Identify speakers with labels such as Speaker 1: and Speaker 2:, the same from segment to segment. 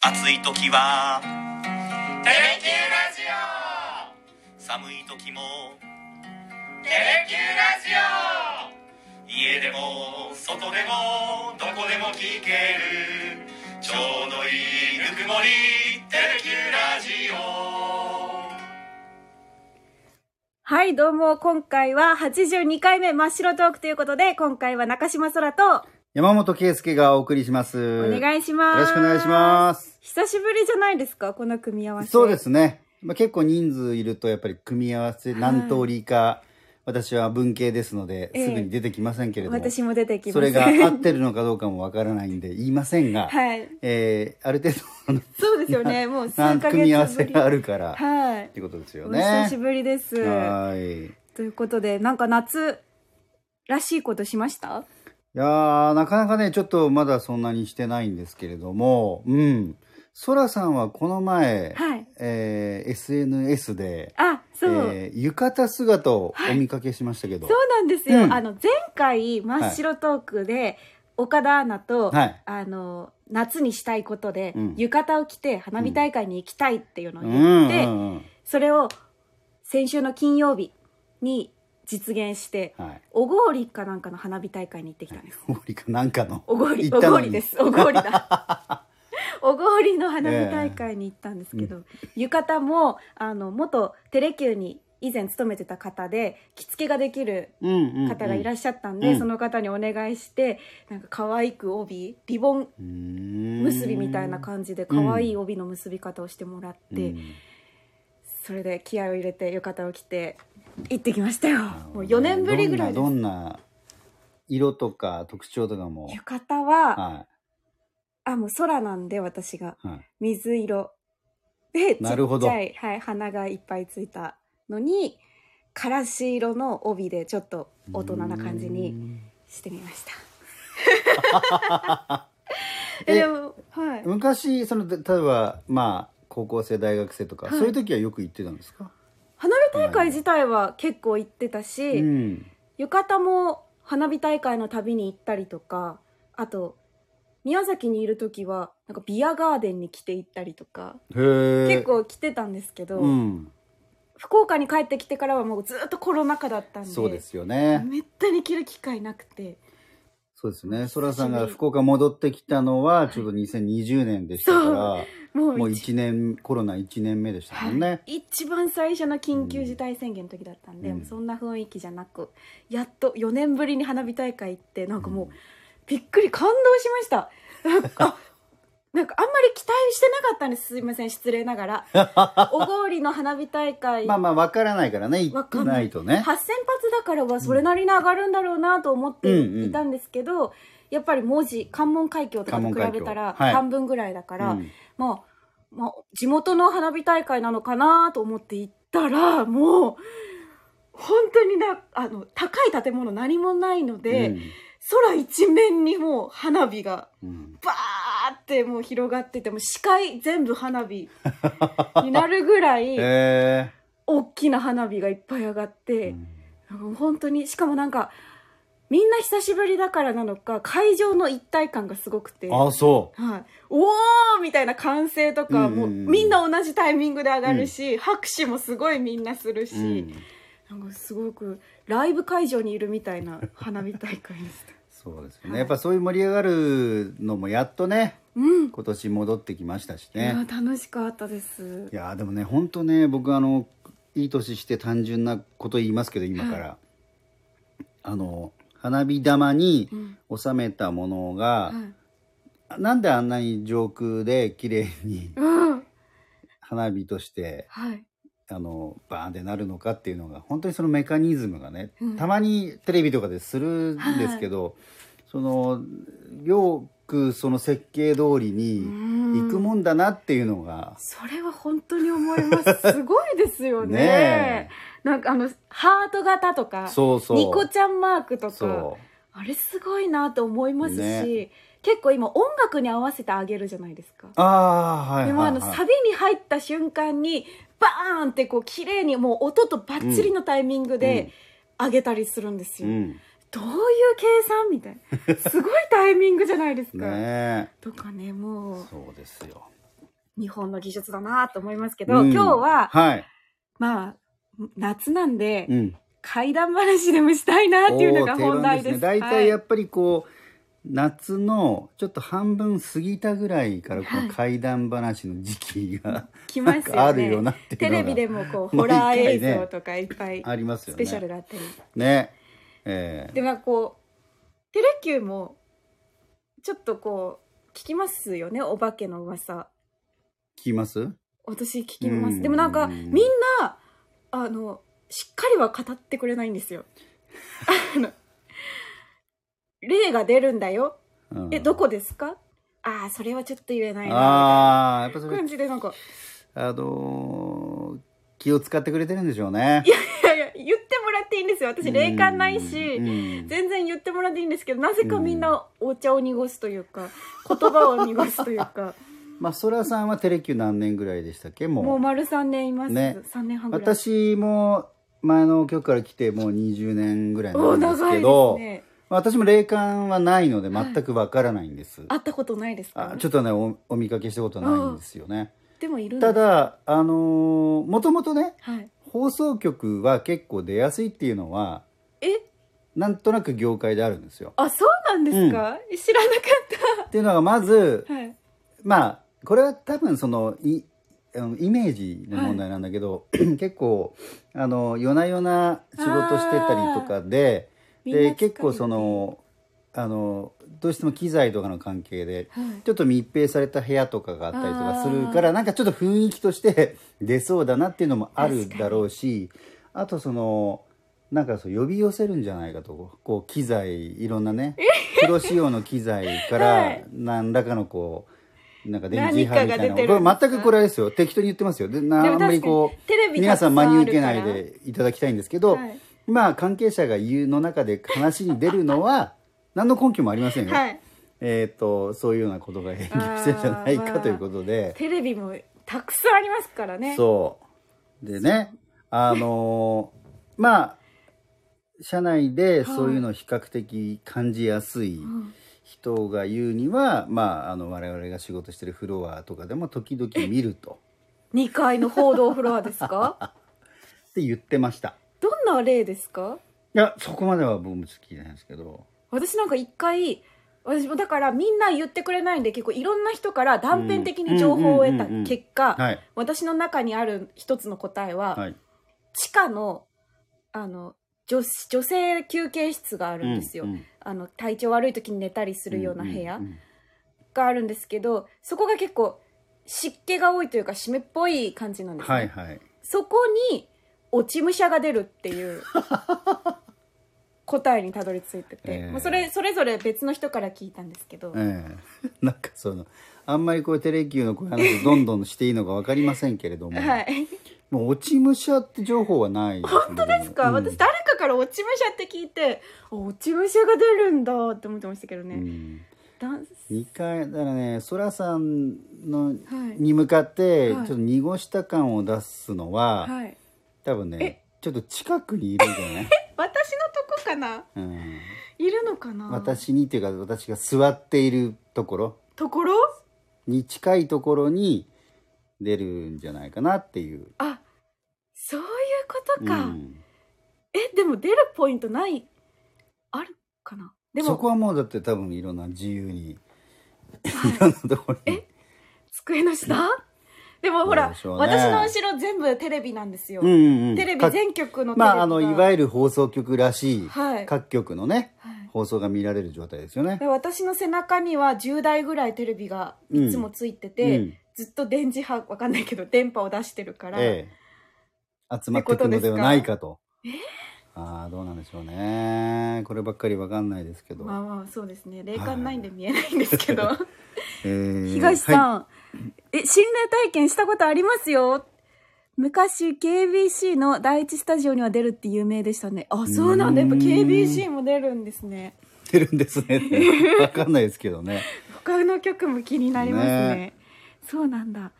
Speaker 1: 暑い時は
Speaker 2: テレキューラジオ
Speaker 1: 寒い時も
Speaker 2: テレキューラジ
Speaker 1: 家でも外でもどこでも聞けるちょうどいいぬくもりテレキューラジオ
Speaker 3: はい、どうも、今回は82回目真っ白トークということで、今回は中島空と
Speaker 4: 山本圭介がお送りします。
Speaker 3: お
Speaker 4: よ
Speaker 3: 願いします。。
Speaker 4: ろしくお願いしますす。
Speaker 3: 久しぶりじゃないですか、この組み合わせ。
Speaker 4: そうで。すね。まあ、結構人数いるとやっぱり組み合わせ何通りか、私は文系ですので、
Speaker 3: ええ
Speaker 4: すぐに出てきませんけれども、
Speaker 3: 私も出てきます。
Speaker 4: それが合ってるのかどうかもわからないんで言いませんが、
Speaker 3: はい。
Speaker 4: えーある程度の
Speaker 3: そうですよ ね、もう数ヶ
Speaker 4: 何
Speaker 3: 月ぶり。
Speaker 4: 組み合わせがあるから、
Speaker 3: はい
Speaker 4: って。ことですよ
Speaker 3: お
Speaker 4: ね。
Speaker 3: 久しぶりです。
Speaker 4: はーい。
Speaker 3: ということで、なんか夏らしいことしました
Speaker 4: いやー、なかなかね、ちょっとまだそんなにしてないんですけれども、うん。ソラさんはこの前、
Speaker 3: はい
Speaker 4: えー SNS で、
Speaker 3: あ、そう。
Speaker 4: えー浴衣姿をお見かけしましたけど、
Speaker 3: そうなんですよ、
Speaker 4: うん
Speaker 3: あの前回真っ白トークで、岡田アナと、
Speaker 4: はい
Speaker 3: あの夏にしたいことで、
Speaker 4: うん
Speaker 3: 浴衣を着て花火大会に行きたいっていうのを
Speaker 4: う
Speaker 3: 言
Speaker 4: ん、
Speaker 3: って、
Speaker 4: うんうん
Speaker 3: それを先週の金曜日に実現して、
Speaker 4: はい
Speaker 3: おごりかなんかの花火大会に行ってきたんです、
Speaker 4: おごりかなんかの
Speaker 3: おごり
Speaker 4: 行
Speaker 3: お
Speaker 4: ったの
Speaker 3: ご
Speaker 4: に
Speaker 3: りですおごりだ おごりの花火大会に行ったんですけど、浴衣もあの元テレキューに以前勤めてた方で着付けができる
Speaker 4: うんうんうん
Speaker 3: 方がいらっしゃったん
Speaker 4: う
Speaker 3: で、
Speaker 4: ん
Speaker 3: その方にお願いしてなんか可愛く帯リボン
Speaker 4: うーん
Speaker 3: 結びみたいな感じで可愛い帯の結び方をしてもらって、
Speaker 4: うん
Speaker 3: それで気合を入れて浴衣を着て行ってきましたよもう4
Speaker 4: どんな
Speaker 3: 年ぶりぐらいで
Speaker 4: ど
Speaker 3: す
Speaker 4: んな色とか特徴とかも、
Speaker 3: 浴衣は
Speaker 4: は
Speaker 3: あもう空なんで私が
Speaker 4: いはい、
Speaker 3: 水色でちっちゃ、
Speaker 4: ないるほど
Speaker 3: はい、花がいっぱいついたのにからし色の帯でちょっと大人な感じ
Speaker 4: うー
Speaker 3: に
Speaker 4: ん
Speaker 3: してみました
Speaker 4: え
Speaker 3: でもはい
Speaker 4: 昔その例えばまあ高校生大学生とか、
Speaker 3: はい
Speaker 4: そういう時はよく行ってたんですか、
Speaker 3: 花火大会自体は結構行ってたし、
Speaker 4: うん、
Speaker 3: 浴衣も花火大会の旅に行ったりとかあと宮崎にいる時はなんかビアガーデンに来て行ったりとか
Speaker 4: へえ
Speaker 3: 結構来てたんですけど、
Speaker 4: うん、
Speaker 3: 福岡に帰ってきてからはもうずっとコロナ禍だったんで
Speaker 4: そうですよね
Speaker 3: めったに着る機会なくて
Speaker 4: そうですねそらさんが福岡戻ってきたのはちょうど2020年でしたか
Speaker 3: も
Speaker 4: ら
Speaker 3: う
Speaker 4: もう
Speaker 3: 一
Speaker 4: 1年コロナ1年目でしたもんね、
Speaker 3: 一番最初の緊急事態宣言の時だったんで、
Speaker 4: うん
Speaker 3: そんな雰囲気じゃなくやっと4年ぶりに花火大会行ってなんかもう、
Speaker 4: うん
Speaker 3: びっくり感動しましたなんか あなんかあんまり期待してなかったんですすいません失礼なが らおごりの花火大会、
Speaker 4: まあまあわからないからね行
Speaker 3: わ
Speaker 4: って
Speaker 3: かんな
Speaker 4: ないいとね
Speaker 3: 8000発だからはそれなりに上がるんだろうなと思っていたんですけど、やっぱり文字関門海峡とかと比べたら
Speaker 4: 関門海峡はい
Speaker 3: 半分ぐらいだから、
Speaker 4: うん
Speaker 3: まあ、まあ、地元の花火大会なのかなと思って行ったら、もう、本当にな、あの、高い建物何もないので、空一面にもう花火が、
Speaker 4: うんうん
Speaker 3: バーってもう広がってて、もう視界全部花 火になるぐらい、
Speaker 4: へ
Speaker 3: 大きな花火がいっぱい上がって、
Speaker 4: えうん
Speaker 3: なんかもう本当に、しかもなんか、みんな久しぶりだからなのか、会場の一体感がすごくて。
Speaker 4: あそう
Speaker 3: はい、おーみたいな歓声とか、
Speaker 4: うんうんうん
Speaker 3: もうみんな同じタイミングで上がるし、拍手もすごいみんなするし、
Speaker 4: うん
Speaker 3: なんかすごくライブ会場にいるみたいな花火大会でした
Speaker 4: そうですよ
Speaker 3: はい
Speaker 4: ねやっぱそういう盛り上がるのもやっとね
Speaker 3: うん、
Speaker 4: 今年戻ってきましたし
Speaker 3: いや
Speaker 4: ね
Speaker 3: 楽しかったです
Speaker 4: いやーでもね本当ね僕あのいい年して単純なこと言いますけど今から、あの花火玉に
Speaker 3: うん
Speaker 4: 収めたもの
Speaker 3: は
Speaker 4: が
Speaker 3: い、、
Speaker 4: なんであんなに上空で綺麗に
Speaker 3: うん
Speaker 4: 花火として
Speaker 3: はい
Speaker 4: あのバーンってなるのかっていうのが本当にそのメカニズムがね、
Speaker 3: うん
Speaker 4: たまにテレビとかでするんですけど、そのよくその設計通りに
Speaker 3: 行
Speaker 4: 行くもんだなっていうのが、
Speaker 3: それは本当に思います すごいですよね
Speaker 4: ね
Speaker 3: なんかあのハート型とか
Speaker 4: そうそう
Speaker 3: ニコちゃんマークとか
Speaker 4: そう
Speaker 3: あれすごいなと思いますし、
Speaker 4: ね
Speaker 3: 結構今音楽に合わせてあげるじゃないですか。
Speaker 4: ああはい
Speaker 3: でも
Speaker 4: は
Speaker 3: あ
Speaker 4: い、
Speaker 3: の
Speaker 4: はい、
Speaker 3: サビに入った瞬間にバーンってこう綺麗にもう音とバッチリのタイミングで上げたりするんです
Speaker 4: う
Speaker 3: よ。
Speaker 4: んね
Speaker 3: どういう計算みたいな。すごいタイミングじゃないですか。
Speaker 4: え
Speaker 3: とかねもう
Speaker 4: そうですよ
Speaker 3: 日本の技術だなと思いますけど、
Speaker 4: うん
Speaker 3: 今日は、
Speaker 4: はい。
Speaker 3: まあ、夏なんで、
Speaker 4: うん。
Speaker 3: 怪談話でもしたいな っていうのが
Speaker 4: おー
Speaker 3: 本題です。
Speaker 4: 定番ね大体や
Speaker 3: っ
Speaker 4: っぱりこう、夏のちょっと半分過ぎたぐらいからこ
Speaker 3: はい
Speaker 4: の怪談話の時期が、
Speaker 3: 来
Speaker 4: な
Speaker 3: ま
Speaker 4: ん
Speaker 3: すよね。
Speaker 4: かあるよなってい
Speaker 3: テ
Speaker 4: うのが
Speaker 3: レビでもこう、ホ
Speaker 4: 毎回
Speaker 3: ラー映
Speaker 4: ね
Speaker 3: 像とかいっぱい、
Speaker 4: あります
Speaker 3: ス
Speaker 4: よ
Speaker 3: ペシャル
Speaker 4: ね。
Speaker 3: があったり。
Speaker 4: ね。え
Speaker 3: でもなんかこう、テレキューも、ちょっとこう、聞きますよね、お化けの噂。
Speaker 4: ー、聞きます
Speaker 3: 私聞きま
Speaker 4: う
Speaker 3: す。
Speaker 4: ん
Speaker 3: でもなんか、みんな、あの、しっかりは語ってくれないんですよ。あの、霊が出るんだよ。
Speaker 4: うん
Speaker 3: え、どこですかああ、それはちょっと言えないな。
Speaker 4: ああ、やっぱそれ
Speaker 3: 感じでなんか、
Speaker 4: あのー気を使ってくれてるんでしょうね。
Speaker 3: いやいや、言ってもらっていいんですよ。私、霊感ないし、
Speaker 4: うんうん
Speaker 3: 全然言ってもらっていいんですけど、なぜかみんなお茶を濁すというか、言葉を濁すというか、
Speaker 4: まあ、そらさんはテレキュー何年ぐらいでしたっけもう。
Speaker 3: もう丸3年います。
Speaker 4: ね
Speaker 3: 3年半ぐらい。
Speaker 4: 私も前の局から来てもう20年ぐらいに
Speaker 3: お
Speaker 4: なるんです
Speaker 3: 長い
Speaker 4: け
Speaker 3: です
Speaker 4: ど、
Speaker 3: ね。
Speaker 4: まあ私も霊感はないので
Speaker 3: はい
Speaker 4: 全くわからないんです。
Speaker 3: 会ったことないですか
Speaker 4: あちょっとねお、お見かけしたことないんですよね。
Speaker 3: でもいるんです
Speaker 4: た、だ、あのもともとね、
Speaker 3: はい。
Speaker 4: 放送局は結構出やすいっていうのは、
Speaker 3: え
Speaker 4: なんとなく業界であるんですよ。
Speaker 3: あ、そうなんですか、知らなか
Speaker 4: っていうのがまず
Speaker 3: っ、た。はい。
Speaker 4: まあこれは多分そのいあのイメージの問題なんだけど、 結構あの夜な夜な仕事してたりとかで
Speaker 3: みんな疲れ
Speaker 4: で
Speaker 3: て
Speaker 4: 結構そのあのどうしても機材とかの関係で
Speaker 3: はい
Speaker 4: ちょっと密閉された部屋とかがあったりとかするか
Speaker 3: あ
Speaker 4: らなんかちょっと雰囲気として 出そうだなっていうのもある
Speaker 3: 確かに
Speaker 4: だろうしあとそのなんかそう呼び寄せるんじゃないかとこう機材いろんなね黒仕様の機材 か
Speaker 3: は
Speaker 4: ら
Speaker 3: い
Speaker 4: 何らかのこうなんか電磁波みたい
Speaker 3: 何か
Speaker 4: な
Speaker 3: が出て
Speaker 4: これ
Speaker 3: るんですか
Speaker 4: 全くこれですよ適当に言ってますよでな
Speaker 3: で
Speaker 4: あ
Speaker 3: も
Speaker 4: んま
Speaker 3: 確
Speaker 4: り
Speaker 3: かに
Speaker 4: こう
Speaker 3: テレビ
Speaker 4: 皆さん
Speaker 3: たく
Speaker 4: 真
Speaker 3: さ
Speaker 4: に
Speaker 3: ん
Speaker 4: 受けない
Speaker 3: ある
Speaker 4: でいただきたいんですけど、
Speaker 3: はい
Speaker 4: まあ関係者が言うの中で話に出る のは何の根拠もありませんよ、
Speaker 3: から。はい。
Speaker 4: えー、とそういうようなことが演劇してるんじゃないかということで、
Speaker 3: テレビもたくさんありますからね。
Speaker 4: そうでねあのーまあ社内でそういうのを比較的感じやすい
Speaker 3: ん
Speaker 4: 人が言うには、まあ、あの我々が仕事してるフロアとかでも時々見ると
Speaker 3: 2階の報道フロアですか
Speaker 4: って言ってました
Speaker 3: どんな例ですか
Speaker 4: いやそこまでは僕も好きじゃないですけど
Speaker 3: 私なんか一回私もだからみんな言ってくれないんで結構いろんな人から断片的に情報を得た結
Speaker 4: は
Speaker 3: 果
Speaker 4: い
Speaker 3: 私の中にある一つの答えは、
Speaker 4: はい
Speaker 3: 地下のあの女女性休憩室があるんですよ、
Speaker 4: ううん
Speaker 3: あの体調悪い時に寝たりするような部屋
Speaker 4: んうん
Speaker 3: があるんですけどそこが結構湿気が多いというか湿っぽい感じなん
Speaker 4: うん
Speaker 3: です、ね
Speaker 4: はいはい
Speaker 3: そこに落ち武者が出るっていう答えにたどり着いてて、
Speaker 4: ええ
Speaker 3: まあそれそれぞれ別の人から聞いたんですけど、
Speaker 4: ええなんかそのあんまりこうテレキューのこういう話をどんどんしていいのか分かりませんけれども、
Speaker 3: はい
Speaker 4: もう落ち武者って情報はない本当です
Speaker 3: なんか私誰かから落ち武者って聞いて、あ落ち武者が出るんだって思ってましたけどね、ダンス
Speaker 4: 2回だからねそらさんの
Speaker 3: はい
Speaker 4: に向かってちょ
Speaker 3: はい
Speaker 4: っと濁した感を出すのは、
Speaker 3: はい
Speaker 4: 多分ねちょっと近くにいるんじゃ ない、
Speaker 3: 私のとこかな
Speaker 4: うん、
Speaker 3: いるのかな
Speaker 4: 私にっていうか私が座っているところ
Speaker 3: ところ
Speaker 4: に近いところに出るんじゃないかなっていう。
Speaker 3: あそういうことか、
Speaker 4: うん
Speaker 3: えでも出るポイントないあるかなでも
Speaker 4: そこはもうだって多分いろんな自由に、
Speaker 3: はい
Speaker 4: い、ろんなところに
Speaker 3: え机の下でもほら、
Speaker 4: どうでしょうね
Speaker 3: 私の後ろ全部テレビなんですよ、
Speaker 4: うんうんうん
Speaker 3: テレビ
Speaker 4: 各
Speaker 3: 全局のテレビ
Speaker 4: まああのいわ
Speaker 3: ゆ
Speaker 4: ゆる放送局らしい、
Speaker 3: はい
Speaker 4: 各局のね
Speaker 3: はい
Speaker 4: 放送が見られる状態ですよね
Speaker 3: で私の背中には10台ぐらいテレビがいつもついてて、
Speaker 4: うん
Speaker 3: ずっと電磁波わかんないけど電波を出してるから、
Speaker 4: ええ集まってくるのではないかとああどうなんでしょうねこればっかりわかんないですけど、
Speaker 3: まあまあそうですね霊感ないんで見えないんですけど、
Speaker 4: ええ
Speaker 3: 東さ
Speaker 4: はい
Speaker 3: ん、え心霊体験したことありますよ昔 KBC の第一スタジオには出るって有名でしたねあそうなんだやっぱ
Speaker 4: うーん
Speaker 3: KBC も出るんですね
Speaker 4: 出るんですね ってわかんないですけどね
Speaker 3: 他の曲も気になりますね
Speaker 4: ね
Speaker 3: そうなんだ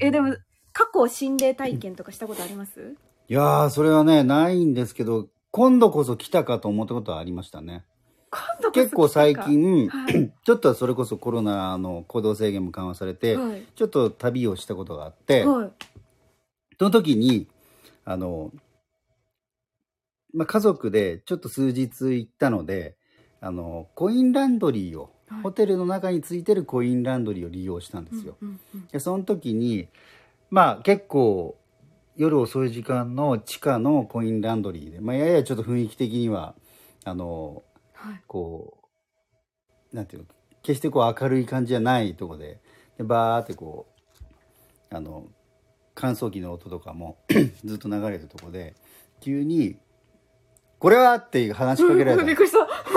Speaker 3: えでも過去心霊体験とかしたことあります
Speaker 4: いやーそれはねないんですけど今度こそ来たかと思ったことはありましたね
Speaker 3: 今度こそ
Speaker 4: 結構最近、
Speaker 3: はい
Speaker 4: ちょっとそれこそコロナの行動制限も緩和されて、
Speaker 3: はい
Speaker 4: ちょっと旅をしたことがあって、
Speaker 3: はい
Speaker 4: その時にあの、まあ、家族でちょっと数日行ったのであのコインランドリーを、
Speaker 3: はい
Speaker 4: ホテルの中についてるコインランドリーを利用したんですよ。
Speaker 3: うんうん
Speaker 4: でその時にまあ結構夜遅い時間の地下のコインランドリーで、まあ、ややちょっと雰囲気的にはあの
Speaker 3: はい
Speaker 4: こうなんていうの決してこう明るい感じじゃないとこででバーってこうあの乾燥機の音とかも ずっと流れるとこで急に「これは!」っていう話しかけら
Speaker 3: うんうんび
Speaker 4: れ
Speaker 3: ったくりした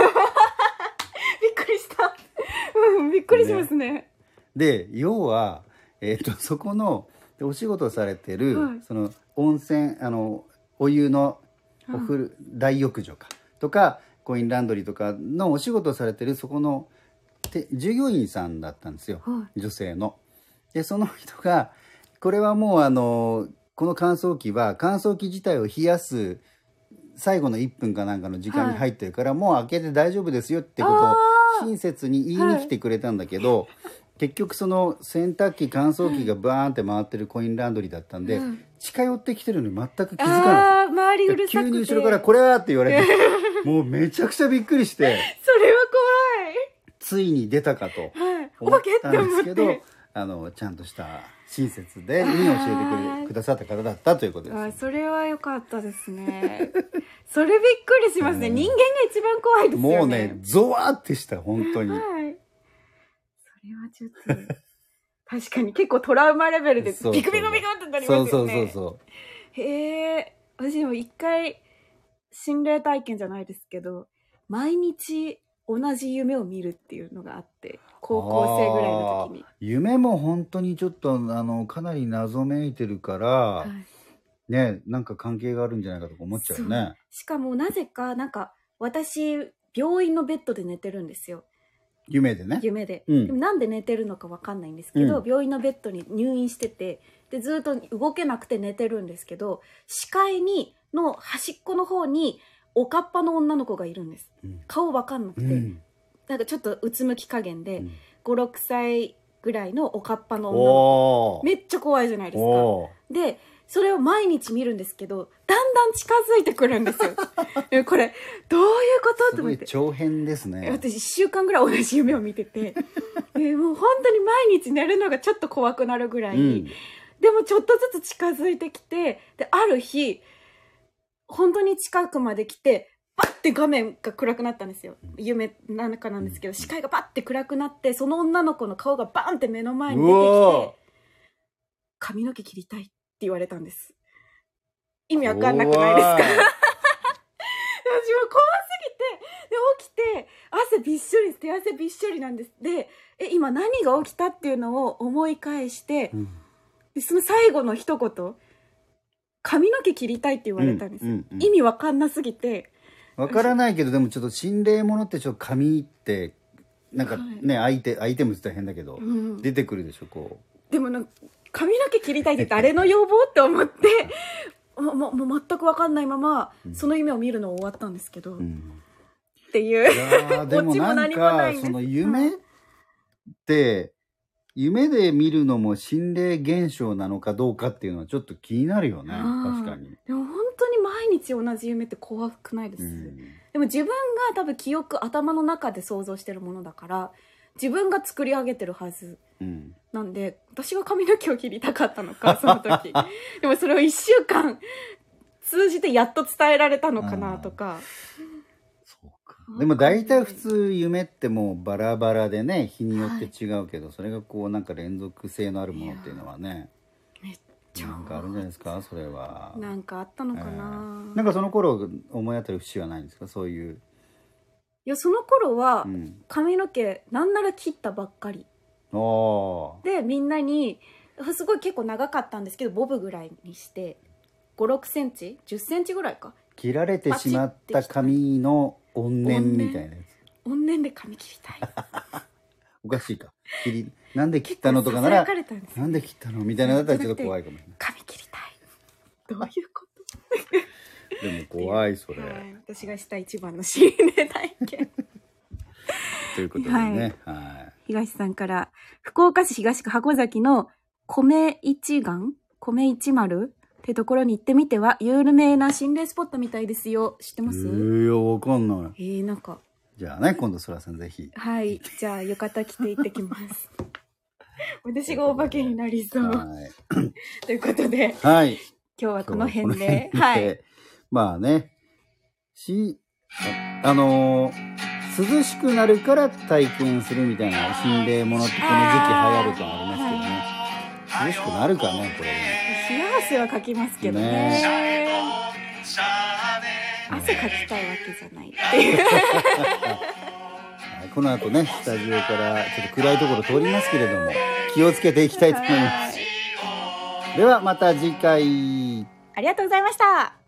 Speaker 3: びっくりしたうんびっくりしますね
Speaker 4: で要は、えっと そこのでお仕事されてる、
Speaker 3: はい
Speaker 4: その温泉あのお湯のお風呂、大浴場かとかコインランドリーとかのお仕事されてるそこのて従業員さんだったんですよ。
Speaker 3: は
Speaker 4: 女性の。でその人がこれはもうあのこの乾燥機は乾燥機自体を冷やす最後の1分かなんかの時間に入ってるから、もう開けて大丈夫ですよってこと
Speaker 3: あ
Speaker 4: を親切に言いに来てくれたんだけど、結局その洗濯機乾燥機がバーンって回ってるコインランドリーだったんで、
Speaker 3: うん
Speaker 4: 近寄ってきてるのに全く気づかない。
Speaker 3: ああー周りうるさ
Speaker 4: 急
Speaker 3: くて
Speaker 4: に後ろから「これは!」って言われてもうめちゃくちゃびっくりして
Speaker 3: それは
Speaker 4: ついに出たかと。
Speaker 3: 怖いはいお
Speaker 4: 思っ
Speaker 3: 化けったて
Speaker 4: んで
Speaker 3: 思
Speaker 4: す
Speaker 3: っ
Speaker 4: け
Speaker 3: て
Speaker 4: どあのちゃんとした親切でに教
Speaker 3: あ
Speaker 4: えてく
Speaker 3: ー
Speaker 4: れくださった方だったということで
Speaker 3: あ
Speaker 4: す
Speaker 3: それは良かったですね それびっくりしますね、
Speaker 4: うん
Speaker 3: 人間が一番怖いですよね
Speaker 4: もうねゾワーってした本当に
Speaker 3: はいそれはちょっと確かに結構トラウマレベルで
Speaker 4: そうそう
Speaker 3: ビクビクビクってなります
Speaker 4: そ
Speaker 3: よ
Speaker 4: う
Speaker 3: ね
Speaker 4: そうそうそ
Speaker 3: へえ私も一回心霊体験じゃないですけど毎日同じ夢を見るっていうのがあって高校生ぐらいの時に、
Speaker 4: う夢も本当にちょっとあのかなり謎めいてるから、
Speaker 3: はい
Speaker 4: ねなんか関係があるんじゃないかとか思っちゃうよね
Speaker 3: しかもなぜかなんか私病院のベッドで寝てるんですよ
Speaker 4: 夢でね
Speaker 3: 夢で,、
Speaker 4: うん
Speaker 3: でもなんで寝てるのかわかんないんですけど、
Speaker 4: うん
Speaker 3: 病院のベッドに入院しててでずっと動けなくて寝てるんですけど視界にの端っこの方におかっぱの女の子がいるんです
Speaker 4: うん
Speaker 3: 顔わかんなくて、
Speaker 4: うん
Speaker 3: なんかちょっとうつむき加減
Speaker 4: う
Speaker 3: で、
Speaker 4: ん
Speaker 3: 56歳ぐらいのおかっぱの女の子
Speaker 4: おー
Speaker 3: めっちゃ怖いじゃないですか
Speaker 4: おー
Speaker 3: でそれを毎日見るんですけどだんだん近づいてくるんです よえこれどういうこと
Speaker 4: す
Speaker 3: と
Speaker 4: ご
Speaker 3: 思っ
Speaker 4: い
Speaker 3: て
Speaker 4: 長編ですね
Speaker 3: 私1週間ぐらい同じ夢を見て てえもう本当に毎日寝るのがちょっと怖くなるぐらい、
Speaker 4: うん
Speaker 3: でもちょっとずつ近づいてきてである日本当に近くまで来てバッて画面が暗くなったんですよ夢の中なんですけど視界がバッて暗くなってその女の子の顔がバンって目の前に出て
Speaker 4: う
Speaker 3: き
Speaker 4: おー
Speaker 3: て髪の毛切りたいって言われたんです意味わかんなく ないですか私も怖すぎてで起きて汗びっしょり手汗びっしょりなんですでえ今何が起きたっていうのを思い返して
Speaker 4: うん
Speaker 3: でその最後の一言髪の毛切りたいって言われたんです、
Speaker 4: うんうんうん
Speaker 3: 意味わかんなすぎて
Speaker 4: わからないけどでもちょっと心霊ものってちょっと紙ってなんかね、アイテアイテムって大変だけど、
Speaker 3: うん
Speaker 4: 出てくるでしょこ
Speaker 3: でもなんか髪の毛切りたいって誰の要望って思ってもももう全くわかんないままその夢を見るの終わったんですけど、
Speaker 4: う、うん、
Speaker 3: っていう
Speaker 4: いやー で
Speaker 3: オ
Speaker 4: もなん
Speaker 3: チも何もな
Speaker 4: か
Speaker 3: いです
Speaker 4: その夢って夢で見るのも心霊現象なのかどうかっていうのはちょっと気になるよね
Speaker 3: あー
Speaker 4: 確かに、
Speaker 3: でも本当に毎日同じ夢って怖くないです、
Speaker 4: うん
Speaker 3: でも自分が多分記憶頭の中で想像してるものだから自分が作り上げてるはず
Speaker 4: うん、
Speaker 3: なんで私が髪の毛を切りたかったのか その時でもそれを1週間通じてやっと伝えられたのかなとか
Speaker 4: そうかでも大体普通夢ってもうバラバラでね日によって違うけど、それがこうなんか連続性のあるものっていうのはね
Speaker 3: めっちゃ
Speaker 4: なんかあるんじゃないですかそれは
Speaker 3: なんかあったのかな、
Speaker 4: ええなんかその頃思い当たる節はないんですかそういう、
Speaker 3: いやその頃は
Speaker 4: うん、
Speaker 3: 髪の毛なんなら切ったばっかり
Speaker 4: おー
Speaker 3: でみんなにすごい結構長かったんですけどボブぐらいにして56センチ10センチぐらいか
Speaker 4: 切られてしまった髪の怨念みたいなやつ
Speaker 3: 怨念で髪切りたい
Speaker 4: おかしいか切りなんで切ったのとかなら
Speaker 3: ささやかれたんです
Speaker 4: なんで切ったのみたいなのだったらちょっと怖いかもし
Speaker 3: 髪切りたいどういうこ
Speaker 4: れないでも怖いそ
Speaker 3: と
Speaker 4: れ、
Speaker 3: はい私がした一番の心霊体験
Speaker 4: ということでね。はい。
Speaker 3: 東さんから、福岡市東区箱崎の米一丸米一丸ってところに行ってみては、有名な心霊スポットみたいですよ。知ってます、
Speaker 4: いや、わかんない。
Speaker 3: えー、なんか、
Speaker 4: じゃあね、今度、そらさんぜひ。
Speaker 3: はい。じゃあ、浴衣着て行ってきます。私がお化けになりそう。
Speaker 4: はい。
Speaker 3: ということで、
Speaker 4: はい。
Speaker 3: 今日はこの辺
Speaker 4: 今日は
Speaker 3: で
Speaker 4: こ。の
Speaker 3: は
Speaker 4: 辺
Speaker 3: い。
Speaker 4: でまあね、し、ああのー涼しくなるから体験するみたいな心霊ものってこの時期流行るとはありますけどね。涼しくなるかね、これね。
Speaker 3: 冷や汗はかきますけどね。
Speaker 4: ね
Speaker 1: シャーネ
Speaker 3: 汗かきたいわけじゃないっていう。
Speaker 4: はいこの後ね、スタジオからちょっと暗いところ通りますけれども、気をつけていきたいと思います。ではまた次回。
Speaker 3: ありがとうございました。